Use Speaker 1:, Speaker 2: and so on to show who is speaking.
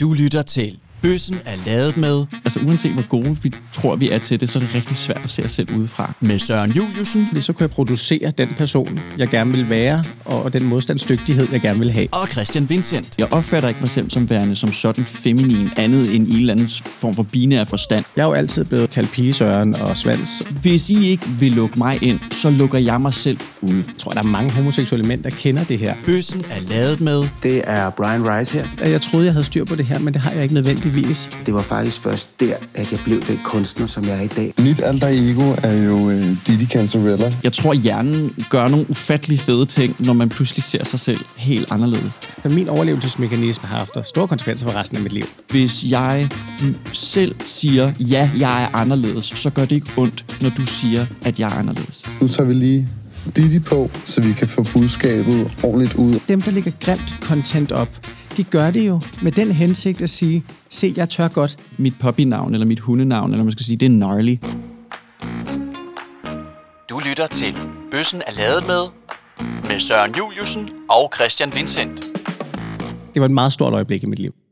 Speaker 1: Du lytter til Bøssen er lavet med,
Speaker 2: Altså uanset hvor gode vi tror, vi er til det, så er det rigtig svært at se os selv udefra.
Speaker 1: med Søren Juliusen
Speaker 3: Fordi så kunne jeg producere den person, jeg gerne vil være, og den modstandsdygtighed, jeg gerne vil have.
Speaker 1: og Christian Vincent.
Speaker 2: Jeg opfatter ikke mig selv som værende som sådan feminin andet end i en eller anden form for binær forstand.
Speaker 3: Jeg er jo altid blevet kaldt pigesøren og svans. Jeg
Speaker 2: Hvis I ikke vil lukke mig ind, så lukker jeg mig selv ud.
Speaker 3: tror, der er mange homoseksuelle mænd, der kender det her.
Speaker 1: Bøssen er lavet med
Speaker 4: Det er Brian Rice her.
Speaker 3: Jeg troede, jeg havde styr på det her, men det har jeg ikke nødvendigvis.
Speaker 4: Det var faktisk først der, at jeg blev den kunstner, som jeg er i dag.
Speaker 5: Mit alter ego er jo øh, Didi Cancerella.
Speaker 2: Jeg tror, hjernen gør nogle ufattelig fede ting, når man pludselig ser sig selv helt anderledes.
Speaker 3: Men Min overlevelsesmekanisme har haft store konsekvenser for resten af mit liv.
Speaker 2: Hvis jeg selv siger, ja, jeg er anderledes, så gør det ikke ondt, når du siger, at jeg er anderledes.
Speaker 5: Nu tager vi lige Didi på, så vi kan få budskabet ordentligt ud.
Speaker 3: Dem, der ligger grimt content op, de gør det jo med den hensigt at sige, se, jeg tør godt.
Speaker 2: Mit puppynavn, eller mit hundenavn, eller man skal sige, det er gnarly.
Speaker 1: Du lytter til Bøssen er lavet med med Søren Juliusen og Christian Vincent.
Speaker 3: Det var et meget stort øjeblik i mit liv.